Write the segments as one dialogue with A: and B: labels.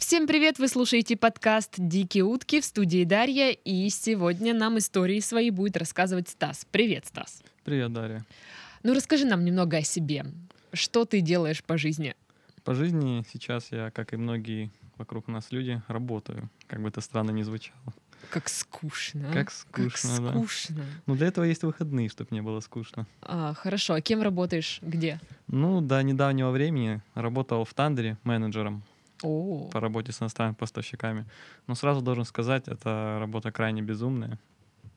A: Всем привет! Вы слушаете подкаст «Дикие утки» в студии Дарья, и сегодня нам истории свои будет рассказывать Стас. Привет, Стас!
B: Привет, Дарья.
A: Ну, расскажи нам немного о себе. Что ты делаешь по жизни?
B: По жизни сейчас я, как и многие вокруг нас люди, работаю. Как бы это странно ни звучало.
A: Как скучно. а?
B: Как скучно,
A: Как
B: да.
A: скучно.
B: Но для этого есть выходные, чтобы не было скучно.
A: А, хорошо, а кем работаешь? Где?
B: Ну, до недавнего времени работал в Тандере менеджером
A: О,
B: по работе с иностранными поставщиками. Но сразу должен сказать, эта работа крайне безумная.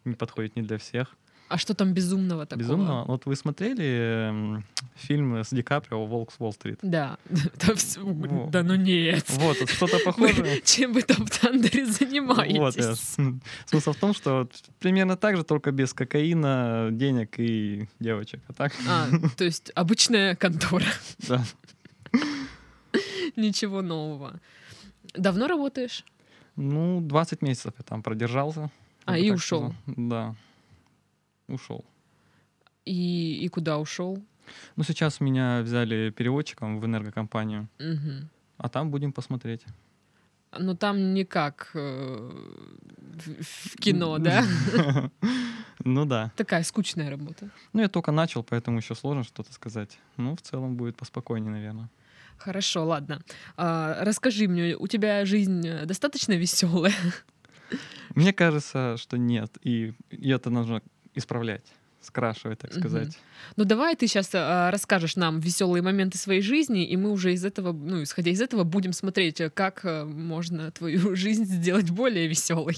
B: Не подходит не для всех.
A: а что там безумного такого?
B: Безумного. Вот вы смотрели эм, фильм с Ди Каприо «Волк с Уолл-стрит»?
A: Да. Да, вс-
B: Во.
A: да ну нет.
B: Вот, что-то
A: Вы-
B: похожее.
A: Чем вы там в Тандере
B: Вот, э,
A: занимаетесь?
B: с- смысл в том, что вот примерно так же, только без кокаина, денег и девочек. А так,
A: А, то есть обычная контора,
B: да.
A: ничего нового. Давно работаешь?
B: Ну, 20 месяцев я там продержался.
A: А,
B: я бы
A: и
B: так
A: ушёл.
B: сказал. Да, ушел.
A: И, и куда ушел?
B: Ну, сейчас меня взяли переводчиком в энергокомпанию,
A: Мгм.
B: а там будем посмотреть.
A: Ну там не как э, в, в кино, да?
B: Ну да.
A: Такая скучная работа.
B: Ну, я только начал, поэтому еще сложно что-то сказать. Ну, в целом будет поспокойнее, наверное.
A: Хорошо, ладно. А, расскажи мне, у тебя жизнь э, достаточно веселая?
B: Мне кажется, что нет. И, и это нужно исправлять, скрашивать, так
A: Мгм.
B: сказать.
A: Ну давай ты сейчас расскажешь нам веселые моменты своей жизни, и мы уже из этого, ну исходя из этого, будем смотреть, э, как э, можно твою жизнь сделать более веселой.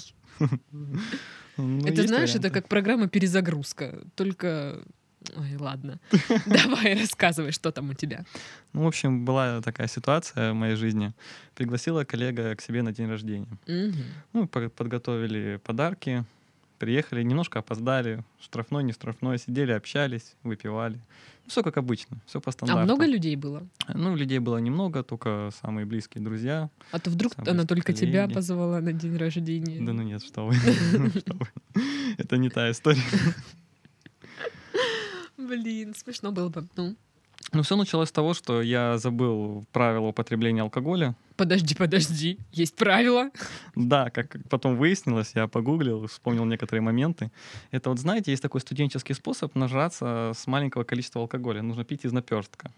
B: Ну,
A: это
B: есть
A: знаешь, это
B: варианты.
A: как программа перезагрузка, только. Ой, ладно. Давай рассказывай, что там у тебя.
B: Ну, в общем, была такая ситуация в моей жизни. Пригласила коллега к себе на день рождения.
A: Мгм.
B: Ну, по- подготовили подарки, приехали, немножко опоздали, штрафной, не штрафной, сидели, общались, выпивали. Ну, все как обычно, все по
A: А
B: стандарту.
A: много людей было?
B: Ну, людей было немного, только самые близкие друзья.
A: А то вдруг
B: Самые
A: она только тебя
B: коллеги.
A: позвала на день рождения.
B: Да ну нет, что вы. Что вы. Это не та история.
A: Блин, смешно было бы. Ну,
B: Ну, все началось с того, что я забыл правила употребления алкоголя.
A: подожди, подожди, есть правила.
B: Да, как потом выяснилось, я погуглил, вспомнил некоторые моменты. Это вот, знаете, есть такой студенческий способ нажраться с маленького количества алкоголя. Нужно пить из наперстка.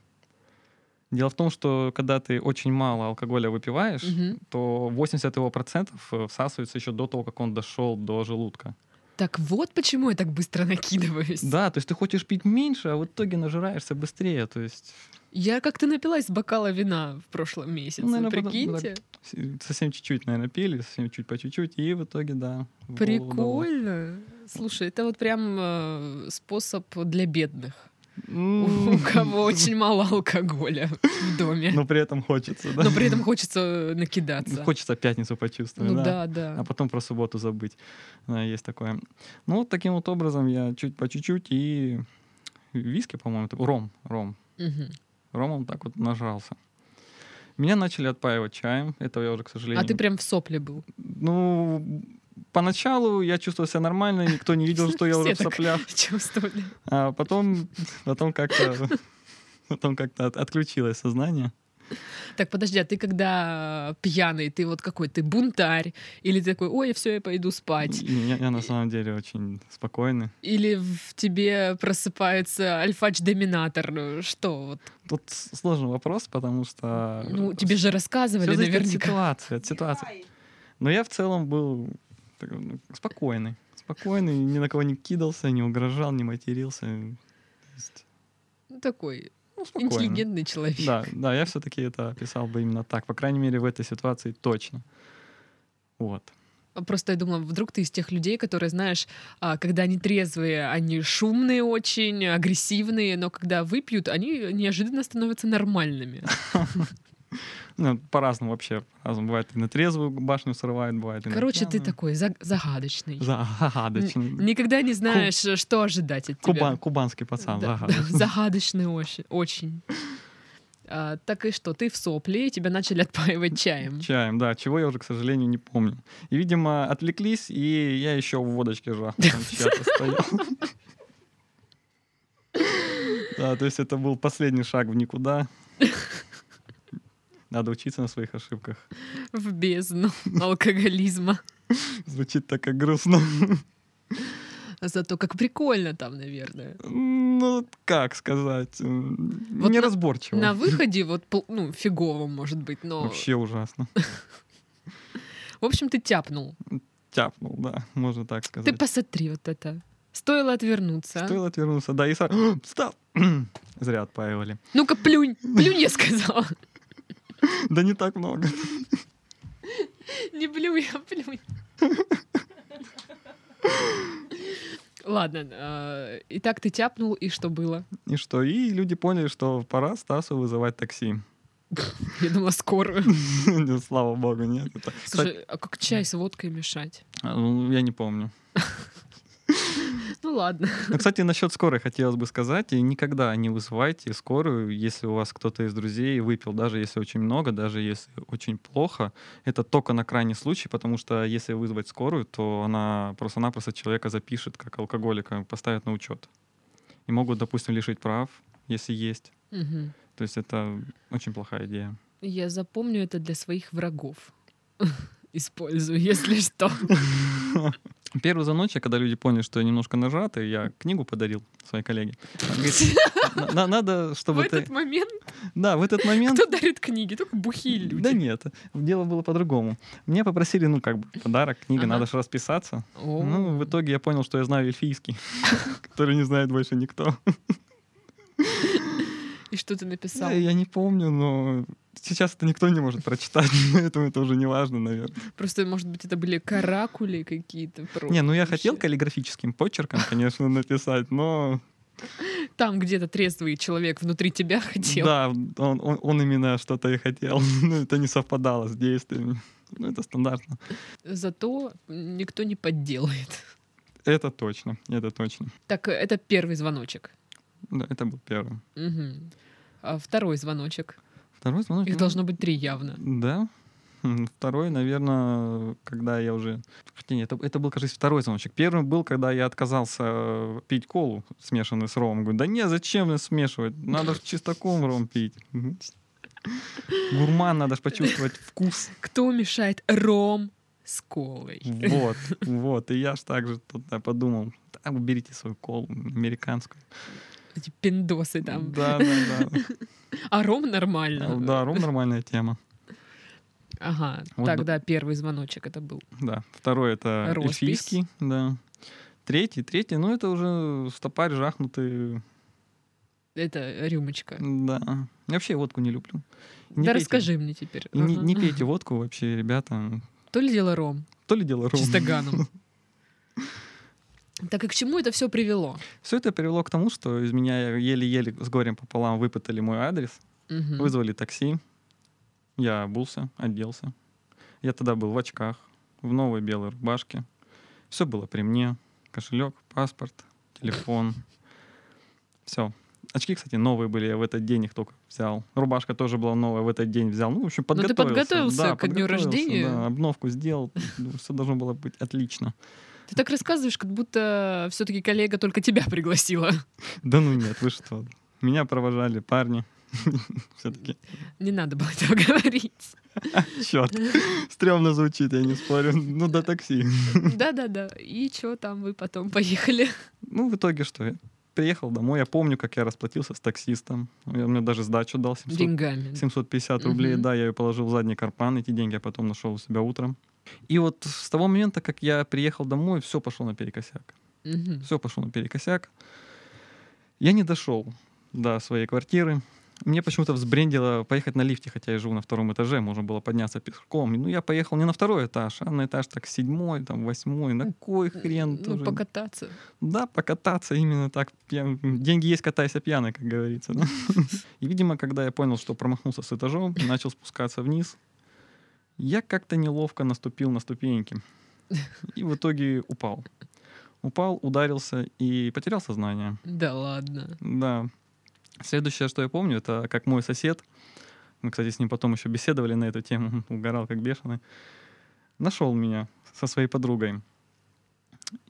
B: Дело в том, что когда ты очень мало алкоголя выпиваешь,
A: Мгм.
B: то 80 его процентов э, всасывается еще до того, как он дошел до желудка.
A: Так вот почему я так быстро накидываюсь.
B: Да, то есть ты хочешь пить меньше, а в итоге нажираешься быстрее. То есть
A: Я как-то напилась с бокала вина в прошлом месяце,
B: Ну, наверное, потом-
A: прикиньте.
B: с- э, совсем чуть-чуть, наверное, пили, совсем чуть по чуть-чуть, и в итоге, да. в голову дало.
A: Прикольно. Слушай, это вот прям э, способ для бедных.
B: М.
A: У кого очень мало алкоголя в доме.
B: Но при этом хочется, да?
A: Но при этом хочется э, накидаться.
B: Ну, Хочется пятницу почувствовать,
A: Ну
B: да?
A: да,
B: А
A: да.
B: потом про субботу забыть. Да, есть такое. Ну, вот таким вот образом я чуть по чуть-чуть и виски, по-моему, это- ром, ром.
A: Мгм.
B: Ромом так вот нажрался. Меня начали отпаивать чаем. Этого я уже, к сожалению...
A: А ты прям в сопле был.
B: Ну, поначалу я чувствовал себя нормально, никто не видел, что я
A: Все
B: уже в
A: так.
B: соплях.
A: Чувствовали.
B: А потом, потом как-то... Потом как-то от- отключилось сознание.
A: Так, подожди, а ты когда э, пьяный, ты вот какой, ты бунтарь? Или ты такой, ой, все, я пойду спать?
B: И Я, я на самом деле очень спокойный.
A: Или в тебе просыпается альфач-доминатор? Что? Вот?
B: Тут с- сложный вопрос, потому что...
A: Ну, тебе же рассказывали
B: А, э, Всё зависит от
A: наверняка.
B: ситуации, от ситуации. Но я в целом был так, ну, спокойный. Спокойный, ни на кого не кидался, не угрожал, не матерился. То есть,
A: Ну, такой
B: Ну, спокойно.
A: интеллигентный человек.
B: Да, да, я все-таки это описал бы именно так. По крайней мере, в этой ситуации точно. Вот.
A: А Просто я думала, вдруг ты из тех людей, которые, знаешь, а, когда они трезвые, они шумные очень, агрессивные, но когда выпьют, они неожиданно становятся нормальными.
B: Ну, по-разному вообще. По-разному. Бывает и на трезвую башню срывает, бывает и на
A: Короче, ты
B: пьяную.
A: такой за- загадочный.
B: Загадочный.
A: Н- Никогда не знаешь, что ожидать от тебя.
B: Кубан- кубанский пацан,
A: Да,
B: загадочный.
A: да, загадочный очень. очень. А, так и что, ты в сопле, и тебя начали отпаивать чаем.
B: Чаем, да, чего я уже, к сожалению, не помню. И, видимо, отвлеклись, и я еще в водочке жах там чья-то стоял. Да, то есть это был последний шаг в никуда. Надо учиться на своих ошибках.
A: в бездну алкоголизма.
B: Звучит так как грустно.
A: Зато как прикольно там, наверное.
B: Ну, как сказать? м,
A: Вот на-
B: Неразборчиво.
A: На выходе вот, пол- ну, фигово, может быть, но...
B: Вообще ужасно.
A: В общем, ты тяпнул.
B: Тяпнул, да, можно так
A: Ты
B: сказать.
A: посмотри вот это. Стоило отвернуться. а?
B: Стоило отвернуться, да, и сразу... Стоп! Зря отпаивали.
A: Ну-ка, плюнь. Плюнь, я сказала.
B: Да не так много.
A: Не плюй, а плюнь. Ладно, э, итак, ты тяпнул, и что было?
B: И что? И люди поняли, что пора Стасу вызывать такси.
A: Я думала, скорую.
B: Ну, Слава богу, нет. это- Кстати,
A: Слушай, а как чай с водкой мешать?
B: а, ну, я не помню.
A: Ну ладно.
B: Ну, кстати, насчет скорой хотелось бы сказать. И никогда не вызывайте скорую, если у вас кто-то из друзей выпил, даже если очень много, даже если очень плохо. Это только на крайний случай, потому что если вызвать скорую, то она просто-напросто человека запишет как алкоголика, поставят на учет. И могут, допустим, лишить прав, если есть.
A: Мгм.
B: То есть это очень плохая идея.
A: Я запомню это для своих врагов. Использую, если что.
B: Первую за ночь, когда люди поняли, что я немножко нажаты, я книгу подарил своей коллеге. Она говорит, «На- на- Надо,
A: В
B: чтобы ты...
A: этот момент
B: Да, в этот момент...
A: кто дарит книги? Только бухие
B: Да
A: люди.
B: нет, дело было по-другому. Меня попросили, ну, как бы, подарок, книга,
A: Ага.
B: надо же расписаться.
A: О.
B: Ну, в итоге я понял, что я знаю эльфийский, который не знает больше никто.
A: И что ты
B: Я,
A: написал?
B: я не помню, но сейчас это никто не может прочитать, поэтому это уже не важно, наверное.
A: Просто, может быть, это были каракули какие-то. просто
B: Не, ну я
A: вообще.
B: хотел каллиграфическим почерком, конечно, написать, но...
A: Там где-то трезвый человек внутри тебя хотел.
B: Да, он, он- он именно что-то и хотел, но это не совпадало с действиями. Ну, это стандартно.
A: Зато никто не подделает.
B: Это точно, это точно.
A: Так, э, это первый звоночек.
B: Да, это был первый.
A: Мгм. А второй звоночек.
B: Второй звонок...
A: Их
B: ну,
A: должно быть три явно.
B: Да. Хм, Второй, наверное, когда я уже... Хотя нет, это, это был, кажется, второй звоночек. Первый был, когда я отказался э, пить колу, смешанную с ромом. Говорю, да не, зачем нас смешивать? Надо же чистоком ром пить. Мгм. Гурман, надо же почувствовать вкус.
A: Кто мешает ром с колой?
B: Вот, вот. И я ж так же тогда подумал, да, уберите свою колу американскую.
A: Эти пиндосы там.
B: Да, да, да.
A: А ром нормально.
B: Да, ром нормальная тема.
A: Ага,
B: Вот
A: тогда первый звоночек это был.
B: Да, второй это
A: Роспись.
B: эльфийский, да. Третий, третий, ну это уже стопарь жахнутый,
A: Это рюмочка.
B: да. Я вообще водку не люблю. Не
A: да
B: пейте.
A: расскажи мне теперь.
B: И Не,
A: Ага.
B: не пейте водку вообще, ребята.
A: То ли дело ром,
B: То ли дело ром.
A: чистоганом. Так и к чему это все привело?
B: Все это привело к тому, что из меня еле-еле с горем пополам выпытали мой адрес,
A: Мгм.
B: вызвали такси, я обулся, оделся. Я тогда был в очках, в новой белой рубашке. Все было при мне. Кошелек, паспорт, телефон. Все. Очки, кстати, новые были, я в этот день их только взял. Рубашка тоже была новая, в этот день взял. Ну, в общем,
A: ты
B: подготовился.
A: подготовился
B: Да,
A: ко дню
B: подготовился,
A: рождения?
B: да, обновку сделал. Все должно было быть отлично.
A: Ты так рассказываешь, как будто все-таки коллега только тебя пригласила.
B: Да ну нет, вы что? Меня провожали парни. Все-таки.
A: Не надо было этого говорить.
B: Черт. Стрёмно звучит, я не спорю. Ну, до такси.
A: Да-да-да. И что там вы потом поехали?
B: Ну, в итоге что? Я приехал домой, я помню, как я расплатился с таксистом. Я, мне даже сдачу дал 700,
A: Деньгами.
B: 750 рублей.
A: Мгм.
B: Да, я ее положил в задний карман, эти деньги я потом нашел у себя утром. И вот с того момента, как я приехал домой, все пошло наперекосяк.
A: Мгм.
B: Все пошло наперекосяк. Я не дошел до своей квартиры. Мне почему-то взбрендило поехать на лифте, хотя я живу на втором этаже, можно было подняться пешком. Ну, я поехал не на второй этаж, а на этаж так седьмой, там, восьмой. На кой хрен?
A: Ну,
B: тоже
A: покататься.
B: да, покататься именно так. пьян- Деньги есть, катайся пьяный, как говорится. да. И, видимо, когда я понял, что промахнулся с этажом, начал спускаться вниз, я как-то неловко наступил на ступеньки. И в итоге упал. Упал, ударился и потерял сознание.
A: Да ладно.
B: Да. Следующее, что я помню, это как мой сосед, мы, кстати, с ним потом еще беседовали на эту тему, он угорал как бешеный, нашел меня со своей подругой.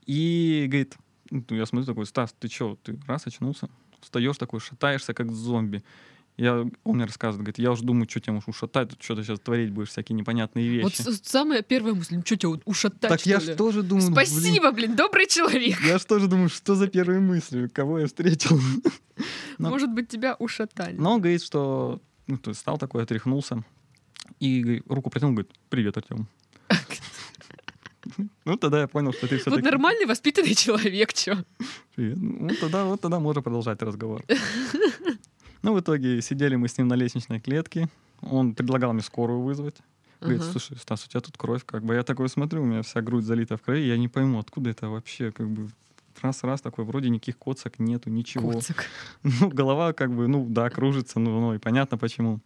B: И говорит, ну, я смотрю такой, Стас, ты что, ты раз очнулся? Встаешь такой, шатаешься, как зомби. Я, он мне рассказывает, говорит, я уже думаю, что тебя уж ушатать, что ты сейчас творить будешь, всякие непонятные вещи.
A: Вот с- самая первая мысль, что тебя ушатать,
B: так
A: что
B: я
A: ли?
B: же тоже думаю, блин,
A: Спасибо, блин, добрый человек.
B: я же тоже думаю, что за первые мысли, кого я встретил. Но-
A: Может быть, тебя ушатали.
B: Но он говорит, что ну, то есть стал такой, отряхнулся. И говорит, руку протянул, говорит, привет, Артем. Ну, тогда я понял, что ты
A: Вот
B: все-таки...
A: нормальный воспитанный человек, чё?
B: Ну, тогда, вот тогда можно продолжать разговор. Ну, в итоге сидели мы с ним на лестничной клетке. Он предлагал мне скорую вызвать. Говорит,
A: Ага.
B: слушай, Стас, у тебя тут кровь, как бы. Я такой смотрю, у меня вся грудь залита в крови, я не пойму, откуда это вообще, как бы, раз-раз такой, вроде никаких коцок нету, ничего.
A: Коцик.
B: Ну, голова как бы, ну, да, кружится, ну, ну, и понятно почему.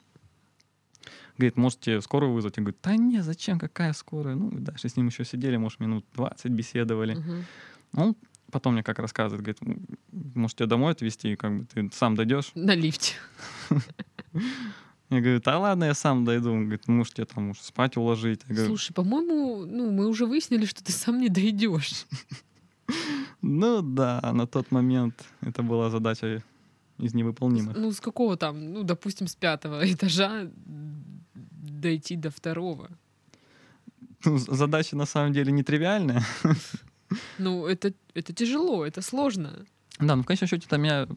B: Говорит, можете скорую вызвать? Я говорю, да не, зачем, какая скорая? Ну, и дальше с ним еще сидели, может, минут 20 беседовали.
A: Мгм.
B: Он потом мне как рассказывает, говорит, «М, может, тебя домой отвезти, как бы ты сам дойдешь?
A: На лифте.
B: Я говорю, да ладно, я сам дойду. Он говорит, может, тебя там может, спать уложить? Я говорю,
A: Слушай, по-моему, ну, мы уже выяснили, что ты сам не дойдешь.
B: ну да, на тот момент это была задача из невыполнимых.
A: Ну, с какого там, ну, допустим, с пятого этажа дойти до второго.
B: Ну, з- задача на самом деле нетривиальная,
A: Ну, это, это тяжело, это сложно.
B: Да, ну в конечном счете там меня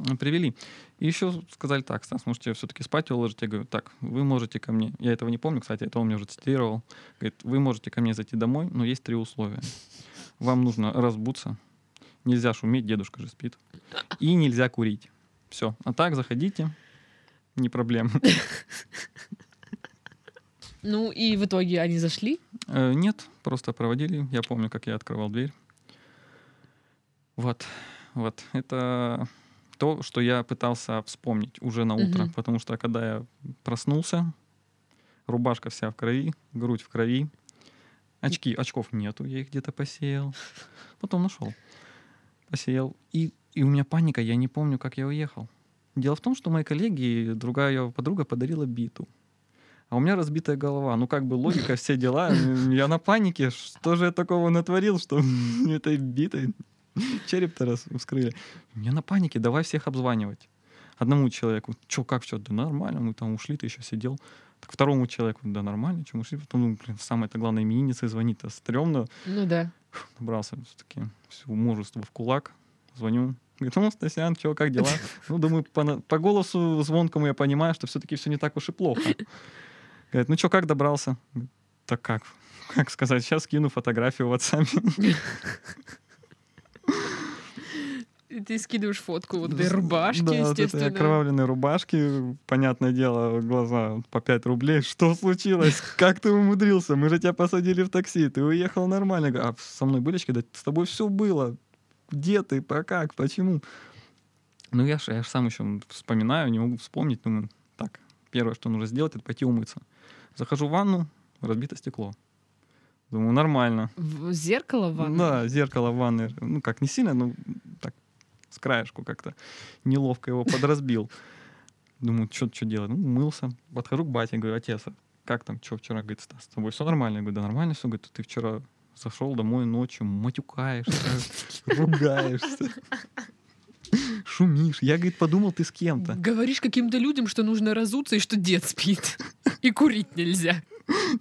B: м, привели. И еще сказали так, Стас, можете все-таки спать уложить? Я говорю, так, вы можете ко мне, я этого не помню, кстати, это он мне уже цитировал, говорит, вы можете ко мне зайти домой, но есть три условия. Вам нужно разбуться, нельзя шуметь, дедушка же спит, и нельзя курить. Все, а так заходите, не проблема.
A: Ну, и в итоге они зашли.
B: Э, Нет, просто проводили. Я помню, как я открывал дверь. Вот, вот. Это то, что я пытался вспомнить уже на утро,
A: Мгм.
B: потому что когда я проснулся, рубашка вся в крови, грудь в крови, очки, очков нету, я их где-то посеял, потом нашел, посеял, и, и у меня паника, я не помню, как я уехал. Дело в том, что мои коллеги, другая её подруга подарила биту. А у меня разбитая голова. Ну, как бы логика, все дела. Я на панике. Что же я такого натворил, что мне этой битой череп-то раз вскрыли? Я на панике. Давай всех обзванивать. Одному человеку. Чё, как все? Да нормально. Мы там ушли, ты еще сидел. Так второму человеку. Да нормально, чем ушли. Потом, думаю, блин, самое-то главное, именинница звонит-то стрёмно.
A: Ну да.
B: Набрался все-таки всего мужества в кулак. Звоню. Говорит, ну, Стасян, чё, как дела? Ну, думаю, по, на- по голосу звонкому я понимаю, что все-таки все не так уж и плохо. Говорит, ну чё, как добрался? Говорю, Так как? Как сказать? Сейчас скину фотографию в WhatsApp.
A: И ты скидываешь фотку вот этой рубашки,
B: да, вот этой
A: естественно.
B: окровавленной рубашки. Понятное дело, глаза по 5 рублей. Что случилось? Как ты умудрился? Мы же тебя посадили в такси. Ты уехал нормально. Я говорю, А со мной были очки? Да с тобой все было. Где ты? По как? Почему? Ну, я же я ж сам еще вспоминаю, не могу вспомнить. Думаю, так, первое, что нужно сделать, это пойти умыться. Захожу в ванну, разбито стекло. Думаю, нормально.
A: В зеркало в ванной?
B: Да, зеркало в ванной. Ну, как не сильно, но так, с краешку как-то неловко его подразбил. Думаю, что что делать? Ну, мылся. Подхожу к бате, говорю, отец, а как там, что вчера? Говорит, Стас, с тобой все нормально? Я говорю, да нормально все. Говорит, ты вчера зашел домой ночью, матюкаешься, ругаешься, шумишь. Я, говорит, подумал, ты с кем-то.
A: Говоришь каким-то людям, что нужно разуться и что дед спит. И курить нельзя.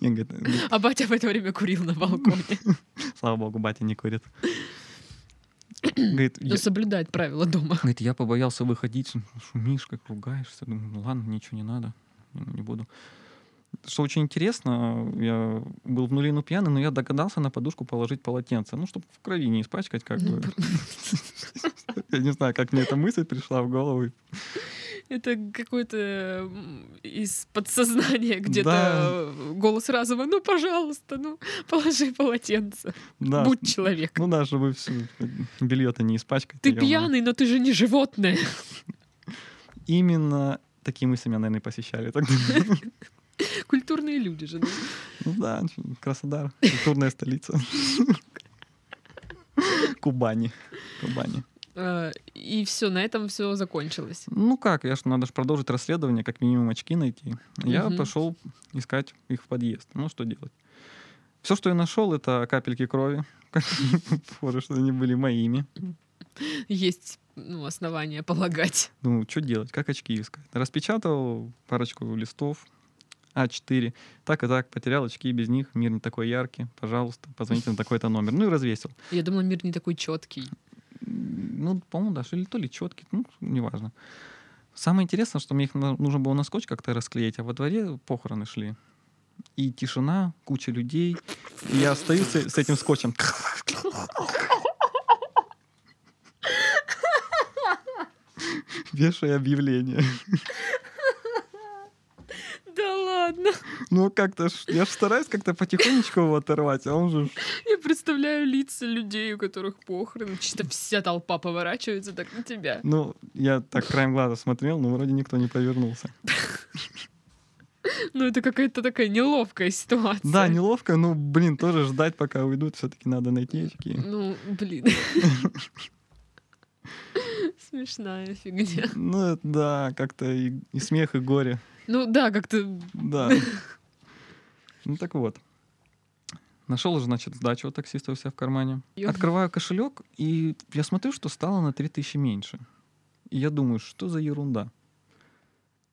B: Я, говорит,
A: А батя в это время курил на балконе.
B: слава богу, батя не курит. Говорит,
A: Но
B: «Я-
A: соблюдает Ну, правила дома.
B: Говорит, я побоялся выходить, м, шумишь, как ругаешься. Думаю, ну ладно, ничего не надо, ну, не буду. Что очень интересно, я был в нулину пьяный, но я догадался на подушку положить полотенце. Ну, чтобы в крови не испачкать, как
A: Ну,
B: бы. Я не знаю, как мне эта мысль пришла в голову.
A: Это какой-то м, из подсознания
B: Да.
A: где-то э, голос разума. Ну, пожалуйста, ну, положи полотенце.
B: Да.
A: Будь человек.
B: Ну да, чтобы всё, белье-то не испачкать.
A: Ты
B: наверное.
A: пьяный, но ты же не животное.
B: Именно такие мысли меня, наверное, и посещали тогда.
A: Культурные люди же. ну.
B: Ну да, Краснодар, культурная столица. Кубани. Кубани.
A: Э, И все, на этом все закончилось.
B: Ну как, я ж, надо же продолжить расследование, как минимум очки найти. Я
A: Мгм.
B: пошел искать их в подъезд. Ну что делать? Все, что я нашел, это капельки крови. Похоже, что они были моими.
A: есть ну, основания полагать.
B: Ну, что делать? Как очки искать? Распечатал парочку листов А4. Так и так, потерял очки без них. Мир не такой яркий. Пожалуйста, позвоните на такой-то номер. Ну и развесил.
A: Я думала, мир не такой четкий.
B: Ну, по-моему, даже или то ли четкий, ну, неважно. Самое интересное, что мне их на- нужно было на скотч как-то расклеить, а во дворе похороны шли. И тишина, куча людей. И я стою с, с этим скотчем. Вешаю объявление.
A: Да ладно.
B: Ну, как-то ж- я же стараюсь как-то потихонечку его оторвать, а он же... ж-
A: Я представляю лица людей, у которых похороны. Чисто вся толпа поворачивается так на тебя.
B: Ну, я так краем глаза смотрел, но вроде никто не повернулся.
A: Ну, это какая-то такая неловкая ситуация.
B: Да, неловко, но, блин, тоже ждать, пока уйдут, все-таки надо найти очки.
A: Ну, блин. Смешная фигня.
B: Ну, это да, как-то и, и смех, и горе.
A: Ну да, как-то...
B: Да. Ну так вот. Нашел, значит, сдачу от таксиста у себя в кармане.
A: Ё-
B: Открываю кошелек, и я смотрю, что стало на 3000 меньше. И я думаю, что за ерунда.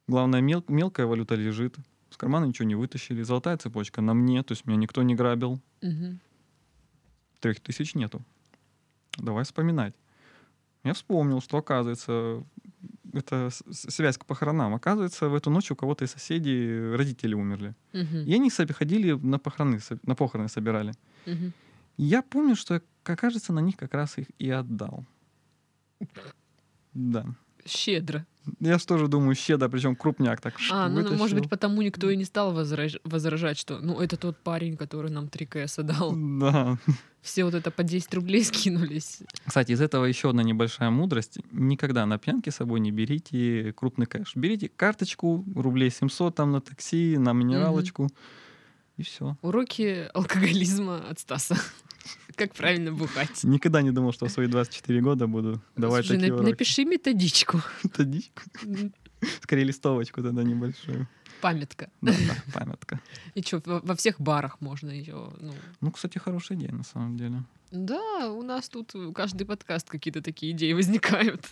B: Главное, мел- мелкая валюта лежит. С кармана ничего не вытащили. Золотая цепочка на мне, то есть меня никто не грабил.
A: Мгм.
B: Трех тысяч нету. Давай вспоминать. Я вспомнил, что оказывается, это с- с- связь к похоронам. Оказывается, в эту ночь у кого-то из соседей родители умерли.
A: Мгм.
B: И они соби- ходили на похороны, со- на похороны собирали.
A: Мгм.
B: И я помню, что я, как кажется, на них как раз их и отдал. Да.
A: Щедро.
B: Я же тоже думаю, щедро, причем крупняк так
A: А, ну, ну, может
B: вытащил.
A: быть, потому никто и не стал возраж- возражать, что ну это тот парень, который нам 3 кс дал.
B: Да.
A: Все вот это по 10 рублей скинулись.
B: Кстати, из этого еще одна небольшая мудрость. Никогда на пьянке с собой не берите крупный кэш. Берите карточку, рублей 700 там на такси, на минералочку. И все.
A: Уроки алкоголизма от Стаса. Как правильно бухать.
B: Никогда не думал, что в свои 24 года буду давать
A: Слушай,
B: такие
A: на-
B: уроки.
A: напиши методичку.
B: Это дичь. Скорее листовочку тогда небольшую.
A: Памятка.
B: Да, да, памятка.
A: И что, во во всех барах можно ее. Ну.
B: Ну, кстати, хорошая идея на самом деле.
A: Да, у нас тут э, каждый подкаст какие-то такие идеи возникают.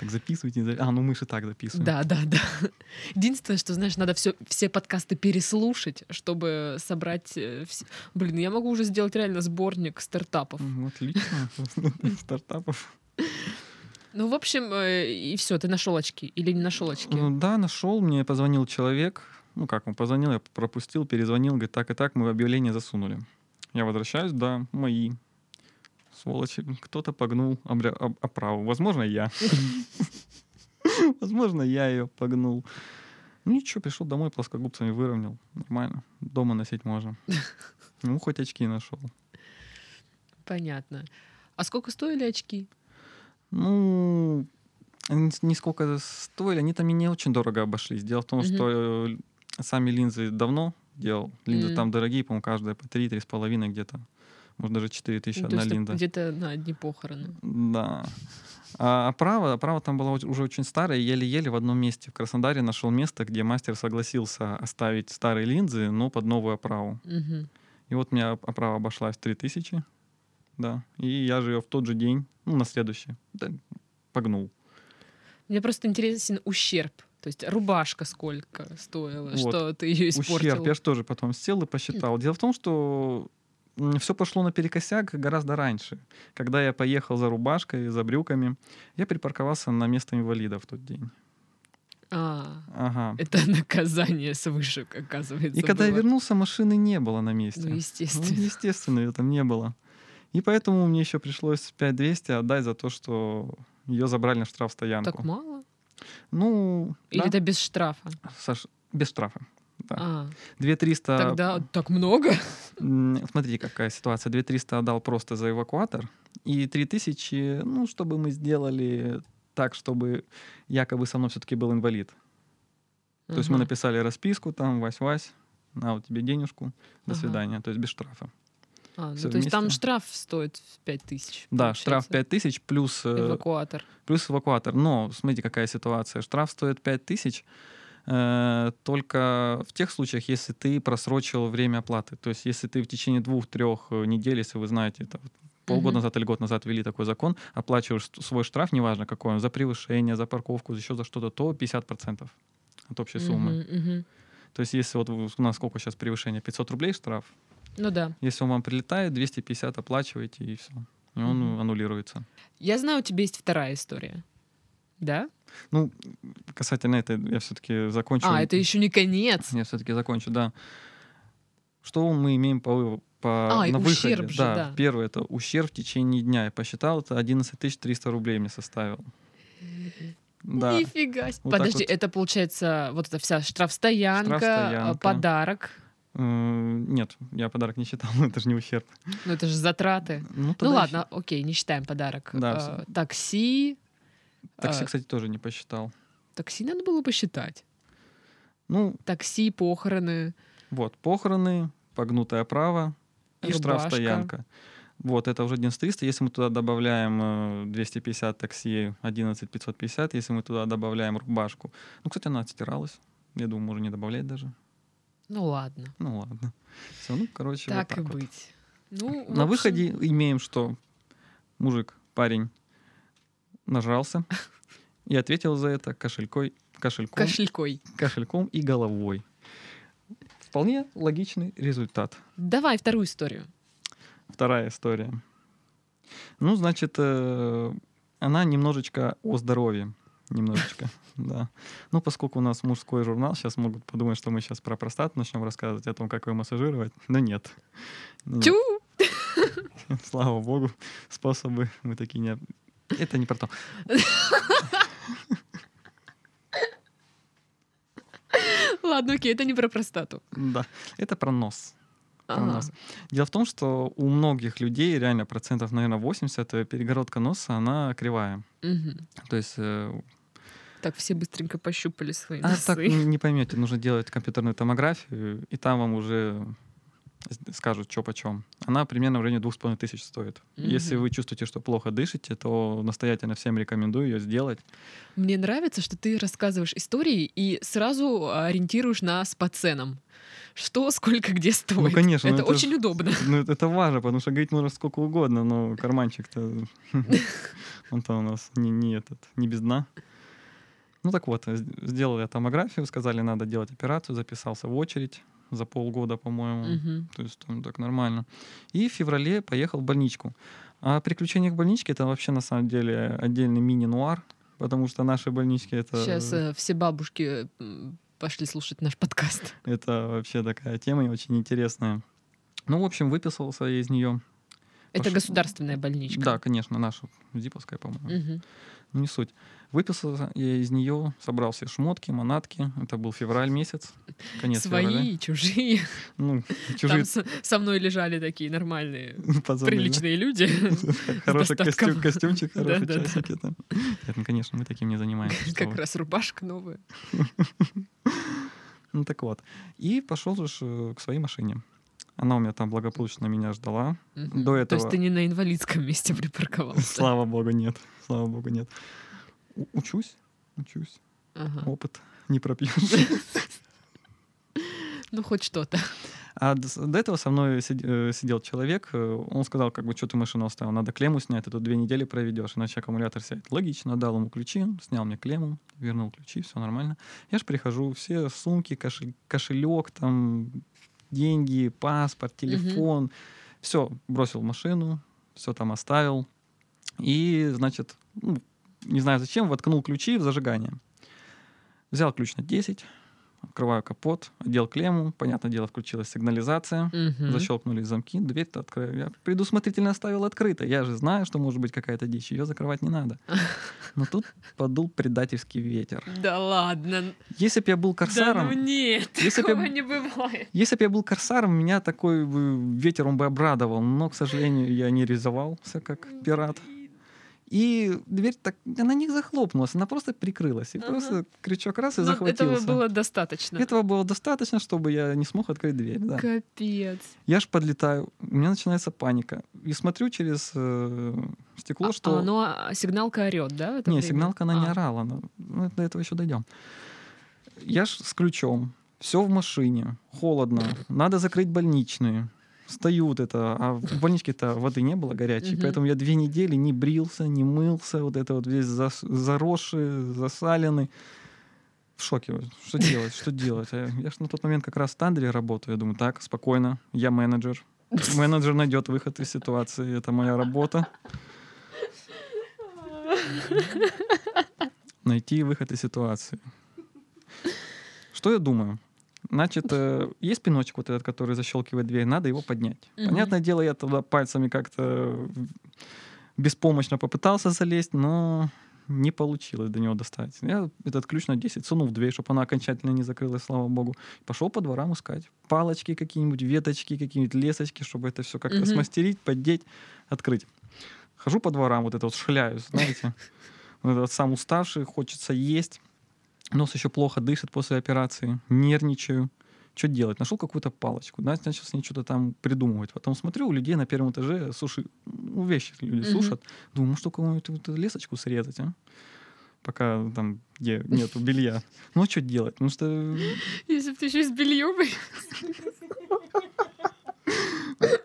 B: Так записывайте. не за- А, ну мы же так записываем.
A: Да, да, да. Единственное, что, знаешь, надо все, все подкасты переслушать, чтобы собрать... э, вс- Блин, я могу уже сделать реально сборник стартапов.
B: М, Отлично. Стартапов.
A: Ну, в общем, э, и все, ты нашел очки или не нашел очки.
B: Ну, Да, нашел, мне позвонил человек. Ну как, он позвонил, я пропустил, перезвонил, говорит, так и так, мы объявление засунули. Я возвращаюсь, да, мои. Сволочи, кто-то погнул обря- об- оправу. Возможно, я. Возможно, я ее погнул. Ну ничего, пришел домой, плоскогубцами выровнял. Нормально. Дома носить можно. Ну, хоть очки нашел.
A: Понятно. А сколько стоили очки?
B: Ну, они не сколько стоили, они там и не очень дорого обошлись. Дело в том,
A: Мгм.
B: что э, сами линзы давно делал. Линзы
A: М.
B: там дорогие, по-моему, каждая по 3 половиной где-то. Может, даже 4 тысячи
A: Ну, то
B: одна
A: есть
B: линза.
A: где-то на одни похороны.
B: Да. А оправа, оправа там была оч- уже очень старая, и еле-еле в одном месте в Краснодаре нашел место, где мастер согласился оставить старые линзы, но под новую оправу.
A: Мгм.
B: И вот у меня оп- оправа обошлась 3000. Да. И я же ее в тот же день, ну, на следующий, да, погнул.
A: Мне просто интересен ущерб. То есть рубашка сколько стоила,
B: Вот.
A: что ты ее испортил.
B: Ущерб. Я же тоже потом сел и посчитал. Дело в том, что все пошло наперекосяк гораздо раньше. Когда я поехал за рубашкой, за брюками, я припарковался на место инвалида в тот день.
A: А,
B: Ага.
A: это наказание свыше, оказывается.
B: И когда я
A: было.
B: вернулся, машины не было на месте.
A: Ну,
B: Ну,
A: естественно.
B: естественно, ее там не было. И поэтому мне еще пришлось 5200 отдать за то, что ее забрали на штраф стоянку.
A: Так мало?
B: Ну,
A: Или
B: да,
A: это без штрафа?
B: Саш, без штрафа. Да.
A: А,
B: 2300...
A: тогда так много?
B: М, Смотрите, какая ситуация. 2300 отдал просто за эвакуатор, и 3000, ну, чтобы мы сделали так, чтобы якобы со мной все-таки был инвалид. То есть мы
A: Ага.
B: написали расписку там, Вась-Вась, на вот тебе денежку, до
A: Ага.
B: свидания, то есть без штрафа.
A: А, ну,
B: всё
A: то есть там
B: вместе.
A: штраф стоит в 5 тысяч.
B: Да, штраф
A: получается.
B: 5000 плюс, э,
A: Эвакуатор.
B: плюс эвакуатор. Но смотрите, какая ситуация. Штраф стоит 5000 э, только в тех случаях, если ты просрочил время оплаты. То есть если ты в течение двух-трех недель, если э, вы знаете, это вот Полгода назад или год назад ввели такой закон, оплачиваешь ст- свой штраф, неважно какой он, за превышение, за парковку, еще за что-то, то 50% от общей суммы.
A: Мгм, мгм.
B: То есть если вот у нас сколько сейчас превышение, 500 рублей штраф,
A: Ну да.
B: если он вам прилетает, 250 оплачиваете и все. И он
A: Мгм.
B: аннулируется.
A: Я знаю, у тебя есть вторая история. Да?
B: Ну, касательно этой, я все-таки закончу.
A: А, это еще не конец.
B: Я все-таки закончу, да. Что мы имеем по, вы- по
A: А, и
B: на выходе?
A: ущерб же, да.
B: Первое это ущерб в течение дня. Я посчитал, это 11 300 рублей мне составил. Да.
A: Нифига себе.
B: Вот так
A: Подожди,
B: вот.
A: это получается вот эта вся штрафстоянка,
B: Штрафстоянка.
A: э, подарок.
B: М, Э, Нет, я подарок не считал, это же не ущерб.
A: Ну это же затраты.
B: Ну,
A: Ну
B: тогда
A: ладно, окей, не считаем подарок.
B: Да,
A: Э, Такси.
B: ещё- Такси,
A: э,
B: кстати, тоже не посчитал.
A: Такси надо было посчитать.
B: Ну,
A: Такси, похороны.
B: вот, похороны, погнутое право и
A: Рубашка.
B: штрафстоянка. Вот, это уже 11 300. Если мы туда добавляем э, 250 такси, 11 550. Если мы туда добавляем рубашку. Ну, кстати, она отстиралась. Я думаю, можно не добавлять даже.
A: Ну ладно.
B: Ну ладно. Все, ну, короче, вот
A: так и
B: так вот.
A: быть. Ну, в
B: На
A: общем,
B: выходе имеем, что мужик, парень нажрался и ответил за это кошелькой, кошельком,
A: Кошелькой.
B: кошельком и головой. Вполне логичный результат.
A: Давай вторую историю.
B: Вторая история. Ну, значит, э, она немножечко о здоровье. Немножечко, да. Ну, поскольку у нас мужской журнал, сейчас могут подумать, что мы сейчас про простат начнем рассказывать о том, как ее массажировать. Но нет. Ну,
A: Тю!
B: нет. Слава богу, способы мы такие не... Это не про то.
A: Ладно, окей, это не про простату.
B: Да, это про нос. про
A: Ага.
B: нос. Дело в том, что у многих людей, реально процентов, наверное, 80, э, перегородка носа, она кривая.
A: Мгм.
B: То есть э,
A: Так все быстренько пощупали свои
B: А
A: носы.
B: так не не поймете, нужно делать компьютерную томографию, и там вам уже с- скажут, что почем. Она примерно в районе 2,5 тысяч стоит. Если
A: Мгм.
B: вы чувствуете, что плохо дышите, то настоятельно всем рекомендую ее сделать.
A: Мне нравится, что ты рассказываешь истории и сразу ориентируешь нас по ценам. Что, сколько, где стоит.
B: Ну, конечно,
A: Это,
B: ну, это ж-
A: очень удобно.
B: Ну, это это важно, потому что говорить можно сколько угодно, но карманчик-то... хм, Он-то у нас не, не этот, не без дна. Ну так вот, с- сделали томографию, сказали, надо делать операцию, записался в очередь за полгода, по-моему.
A: Мгм.
B: То есть там так нормально. И в феврале поехал в больничку. А о приключениях больнички это вообще на самом деле отдельный мини-нуар, потому что наши больнички это,
A: Сейчас э, все бабушки м, пошли слушать наш подкаст.
B: это вообще такая тема и очень интересная. Ну, в общем, выписался я из нее.
A: Это
B: Пош-
A: государственная больничка.
B: Да, конечно, наша Зиповская, по-моему.
A: Мгм.
B: Ну, не суть. Выписался я из нее, собрал все шмотки, манатки. Это был февраль месяц. Конец февраля.
A: Свои, чужие.
B: Ну,
A: Там
B: чужие
A: с- со мной лежали такие нормальные,
B: пацаны, да.
A: приличные люди.
B: Хороший костюм,
A: достатком.
B: костюмчик, хорошие
A: Да-да-да.
B: часики там. Нет, ну, конечно, мы таким не занимаемся. что
A: Как
B: вы.
A: раз рубашка новая.
B: Ну так вот. И пошел же э, к своей машине. Она у меня там благополучно меня ждала.
A: Мгм.
B: До
A: То есть
B: этого-
A: ты не на инвалидском месте припарковался.
B: Слава богу, нет. Слава богу, нет. У- Учусь, учусь.
A: Ага.
B: Опыт не пропьешь.
A: Ну, хоть что-то.
B: А до с- до этого со мной сид- э, сидел человек. э, Он сказал, как бы, что ты машину оставил, надо клемму снять, а то две недели проведешь, иначе аккумулятор сядет. Логично, дал ему ключи, снял мне клемму, вернул ключи, все нормально. Я же прихожу, все сумки, кошель- кошелек, там, деньги, паспорт, телефон, все бросил в машину, все там оставил. И, значит, ну, не знаю зачем, воткнул ключи в зажигание. Взял ключ на 10, открываю капот, одел клемму, понятное дело, включилась сигнализация,
A: Мгм.
B: защелкнулись замки, дверь-то открыла. Я предусмотрительно оставил открыто. Я же знаю, что может быть какая-то дичь, ее закрывать не надо. Но тут подул предательский ветер.
A: Да ладно.
B: Если бы я был корсаром...
A: Да ну нет,
B: Если б я-
A: такого не бывает.
B: Если бы я был корсаром, меня такой бы ветер он бы обрадовал, но, к сожалению, я не резовался как пират. И дверь так, она не захлопнулась, она просто прикрылась. И
A: Ага.
B: просто крючок раз и
A: Ну,
B: захватился.
A: Этого было достаточно.
B: Этого было достаточно, чтобы я не смог открыть дверь. да.
A: Капец.
B: Я ж подлетаю, у меня начинается паника. И смотрю через э, стекло,
A: А-
B: что...
A: а, ну, а сигналка орет, да? в это
B: Не,
A: время?
B: сигналка она не
A: А,
B: орала. Но... Ну, это- до этого еще дойдем. Я ж с ключом. Все в машине. Холодно. Надо закрыть больничные. встают это, а в больничке-то воды не было горячей,
A: Мгм.
B: поэтому я две недели не брился, не мылся, вот это вот весь зас- заросший, засаленный. В шоке. вот. Что делать? Что делать? А Я, же на тот момент как раз в Тандере работаю. Я думаю, так, спокойно, я менеджер. Менеджер найдет выход из ситуации, это моя работа. Найти выход из ситуации. Что я думаю? Значит, э, есть пиночек вот этот, который защелкивает дверь, надо его поднять.
A: Мгм.
B: Понятное дело, я тогда пальцами как-то беспомощно попытался залезть, но не получилось до него достать. Я этот ключ на 10 сунул в дверь, чтобы она окончательно не закрылась, слава богу. Пошел по дворам искать палочки какие-нибудь, веточки какие-нибудь, лесочки, чтобы это все как-то
A: Мгм.
B: смастерить, поддеть, открыть. Хожу по дворам, вот это вот шляюсь, знаете. Вот этот сам уставший, хочется есть. Нос еще плохо дышит после операции. Нервничаю. Что делать? Нашел какую-то палочку. Знаете, начал с ней что-то там придумывать. Потом смотрю, у людей на первом этаже суши... Ну, вещи люди
A: Мгм.
B: сушат. Думаю, может, у кого-нибудь вот эту лесочку срезать, а? Пока там где нету белья. Ну, а что делать? Ну, что
A: Если бы ты еще с бельем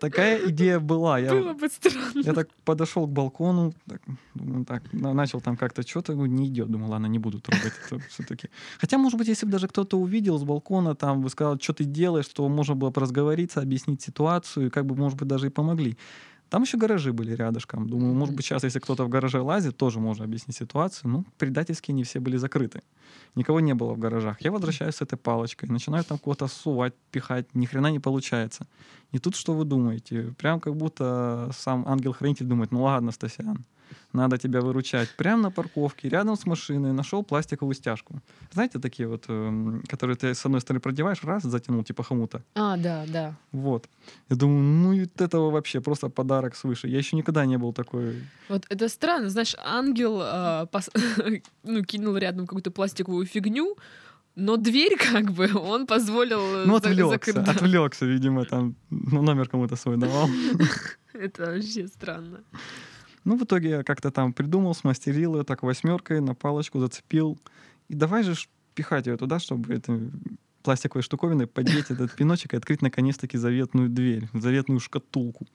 B: такая идея была. Я
A: было бы странно.
B: Я так подошел к балкону, так, думаю, так, на- начал там как-то что-то, ну, не идет. Думаю, ладно, не буду трогать это все-таки. Хотя, может быть, если бы даже кто-то увидел с балкона, там бы сказал, что ты делаешь, то можно было бы разговориться, объяснить ситуацию, и как бы, может быть, даже и помогли. Там еще гаражи были рядышком. Думаю, может быть, сейчас, если кто-то в гараже лазит, тоже можно объяснить ситуацию. Ну, предательские не все были закрыты. Никого не было в гаражах. Я возвращаюсь с этой палочкой, начинаю там кого-то сувать, пихать, ни хрена не получается. И тут что вы думаете? Прям как будто сам ангел-хранитель думает, ну ладно, Стасян, надо тебя выручать. Прям на парковке, рядом с машиной, нашел пластиковую стяжку. Знаете, такие вот, эм, которые ты с одной стороны продеваешь, раз, затянул, типа хомута.
A: А, да, да.
B: Вот. Я думаю, ну и вот этого вообще просто подарок свыше. Я еще никогда не был такой.
A: Вот это странно, знаешь, ангел а, пос- ну, кинул рядом какую-то пластиковую фигню, но дверь как бы он позволил э,
B: Ну,
A: за-
B: отвлекся,
A: закрыть. Да.
B: отвлекся, видимо, там ну, номер кому-то свой давал.
A: Это вообще странно.
B: Ну, в итоге я как-то там придумал, смастерил ее так восьмеркой, на палочку зацепил. И давай же ж пихать ее туда, чтобы этой пластиковой штуковиной поддеть этот пиночек и открыть наконец-таки заветную дверь, заветную шкатулку.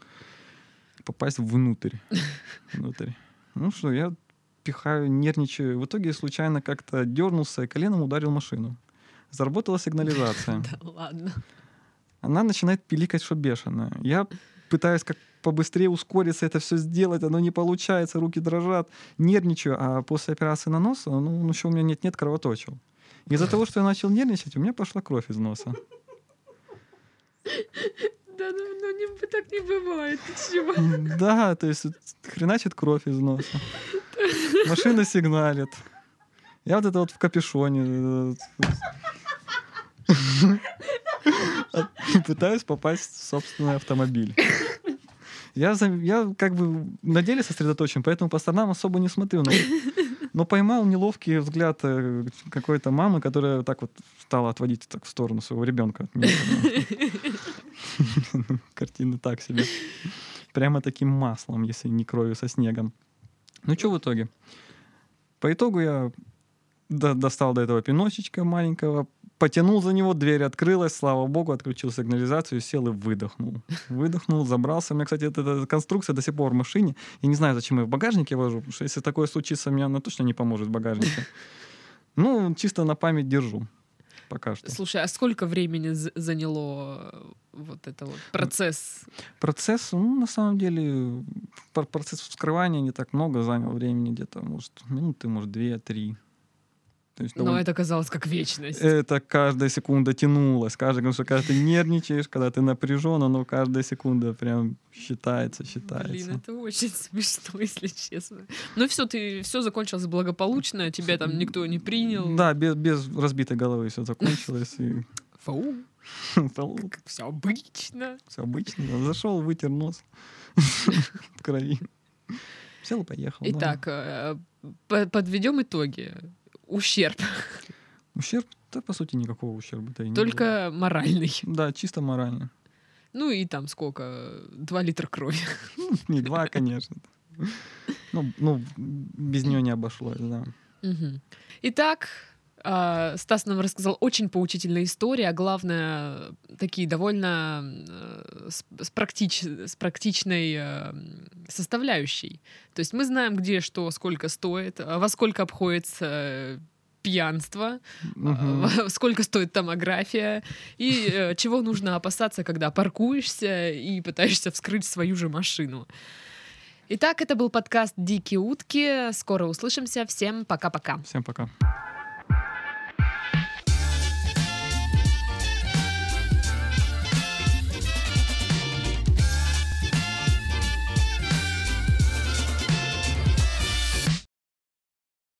B: Попасть внутрь. Внутрь. Ну что, я пихаю, нервничаю. В итоге случайно как-то дернулся и коленом ударил машину. Заработала сигнализация.
A: Да ладно.
B: Она начинает пиликать, что бешено. Я пытаюсь как побыстрее ускориться, это все сделать, оно не получается, руки дрожат, нервничаю, а после операции на нос, ну, он еще у меня нет-нет кровоточил. Из-за того, что я начал нервничать, у меня пошла кровь из носа.
A: Да, ну, ну, не- так не бывает. Ты чего?
B: Да, то есть вот хреначит кровь из носа. Машина сигналит. Я вот это вот в капюшоне. э, Пытаюсь попасть в собственный автомобиль. Я, за- я как бы на деле сосредоточен, поэтому по сторонам особо не смотрю. Но, но поймал неловкий взгляд э, какой-то мамы, которая вот так вот стала отводить так в сторону своего ребенка. от меня. Картина так себе. Прямо таким маслом, если не кровью со снегом. Ну что в итоге? По итогу я до- достал до этого пиночечка маленького, потянул за него, дверь открылась, слава богу, отключил сигнализацию, сел и выдохнул. Выдохнул, забрался. У меня, кстати, эта, эта конструкция до сих пор в машине. Я не знаю, зачем я в багажнике вожу, потому что если такое случится, мне она точно не поможет в багажнике. Ну, чисто на память держу пока что.
A: Слушай, а сколько времени з- заняло э, вот это вот процесс?
B: Процесс, ну, на самом деле, пр- процесс вскрывания не так много занял времени, где-то, может, минуты, может, две-три. То есть
A: Но
B: довольно-
A: это казалось как вечность.
B: это каждая секунда тянулась. Каждый, потому что когда ты нервничаешь, когда ты напряжен, оно каждая секунда прям считается, считается.
A: Блин, это очень смешно, если честно. Ну все, ты все закончилось благополучно, тебя там никто не принял.
B: Да, без, без разбитой головы все закончилось. И
A: Фу,
B: все
A: все обычно.
B: обычно. Зашел, вытер нос в крови. Сел и поехал. да.
A: Итак, э, по- подведем итоги. Ущерб.
B: Ущерб? Да, по сути, никакого ущерба-то и не было.
A: Только моральный.
B: Да, чисто морально.
A: Ну и там сколько? Два литра крови.
B: Не два, конечно. Ну, ну, без нее не обошлось, да.
A: Мгм. Итак, э, А, Стас нам рассказал очень поучительная история, а главное, такие довольно э, с, с практич- с практичной э, составляющей. То есть мы знаем, где что, сколько стоит, а во сколько обходится э, пьянство,
B: Мгм.
A: а, сколько стоит томография, и э, чего нужно опасаться, когда паркуешься и пытаешься вскрыть свою же машину. Итак, это был подкаст «Дикие утки». Скоро услышимся. Всем пока-пока.
B: Всем пока.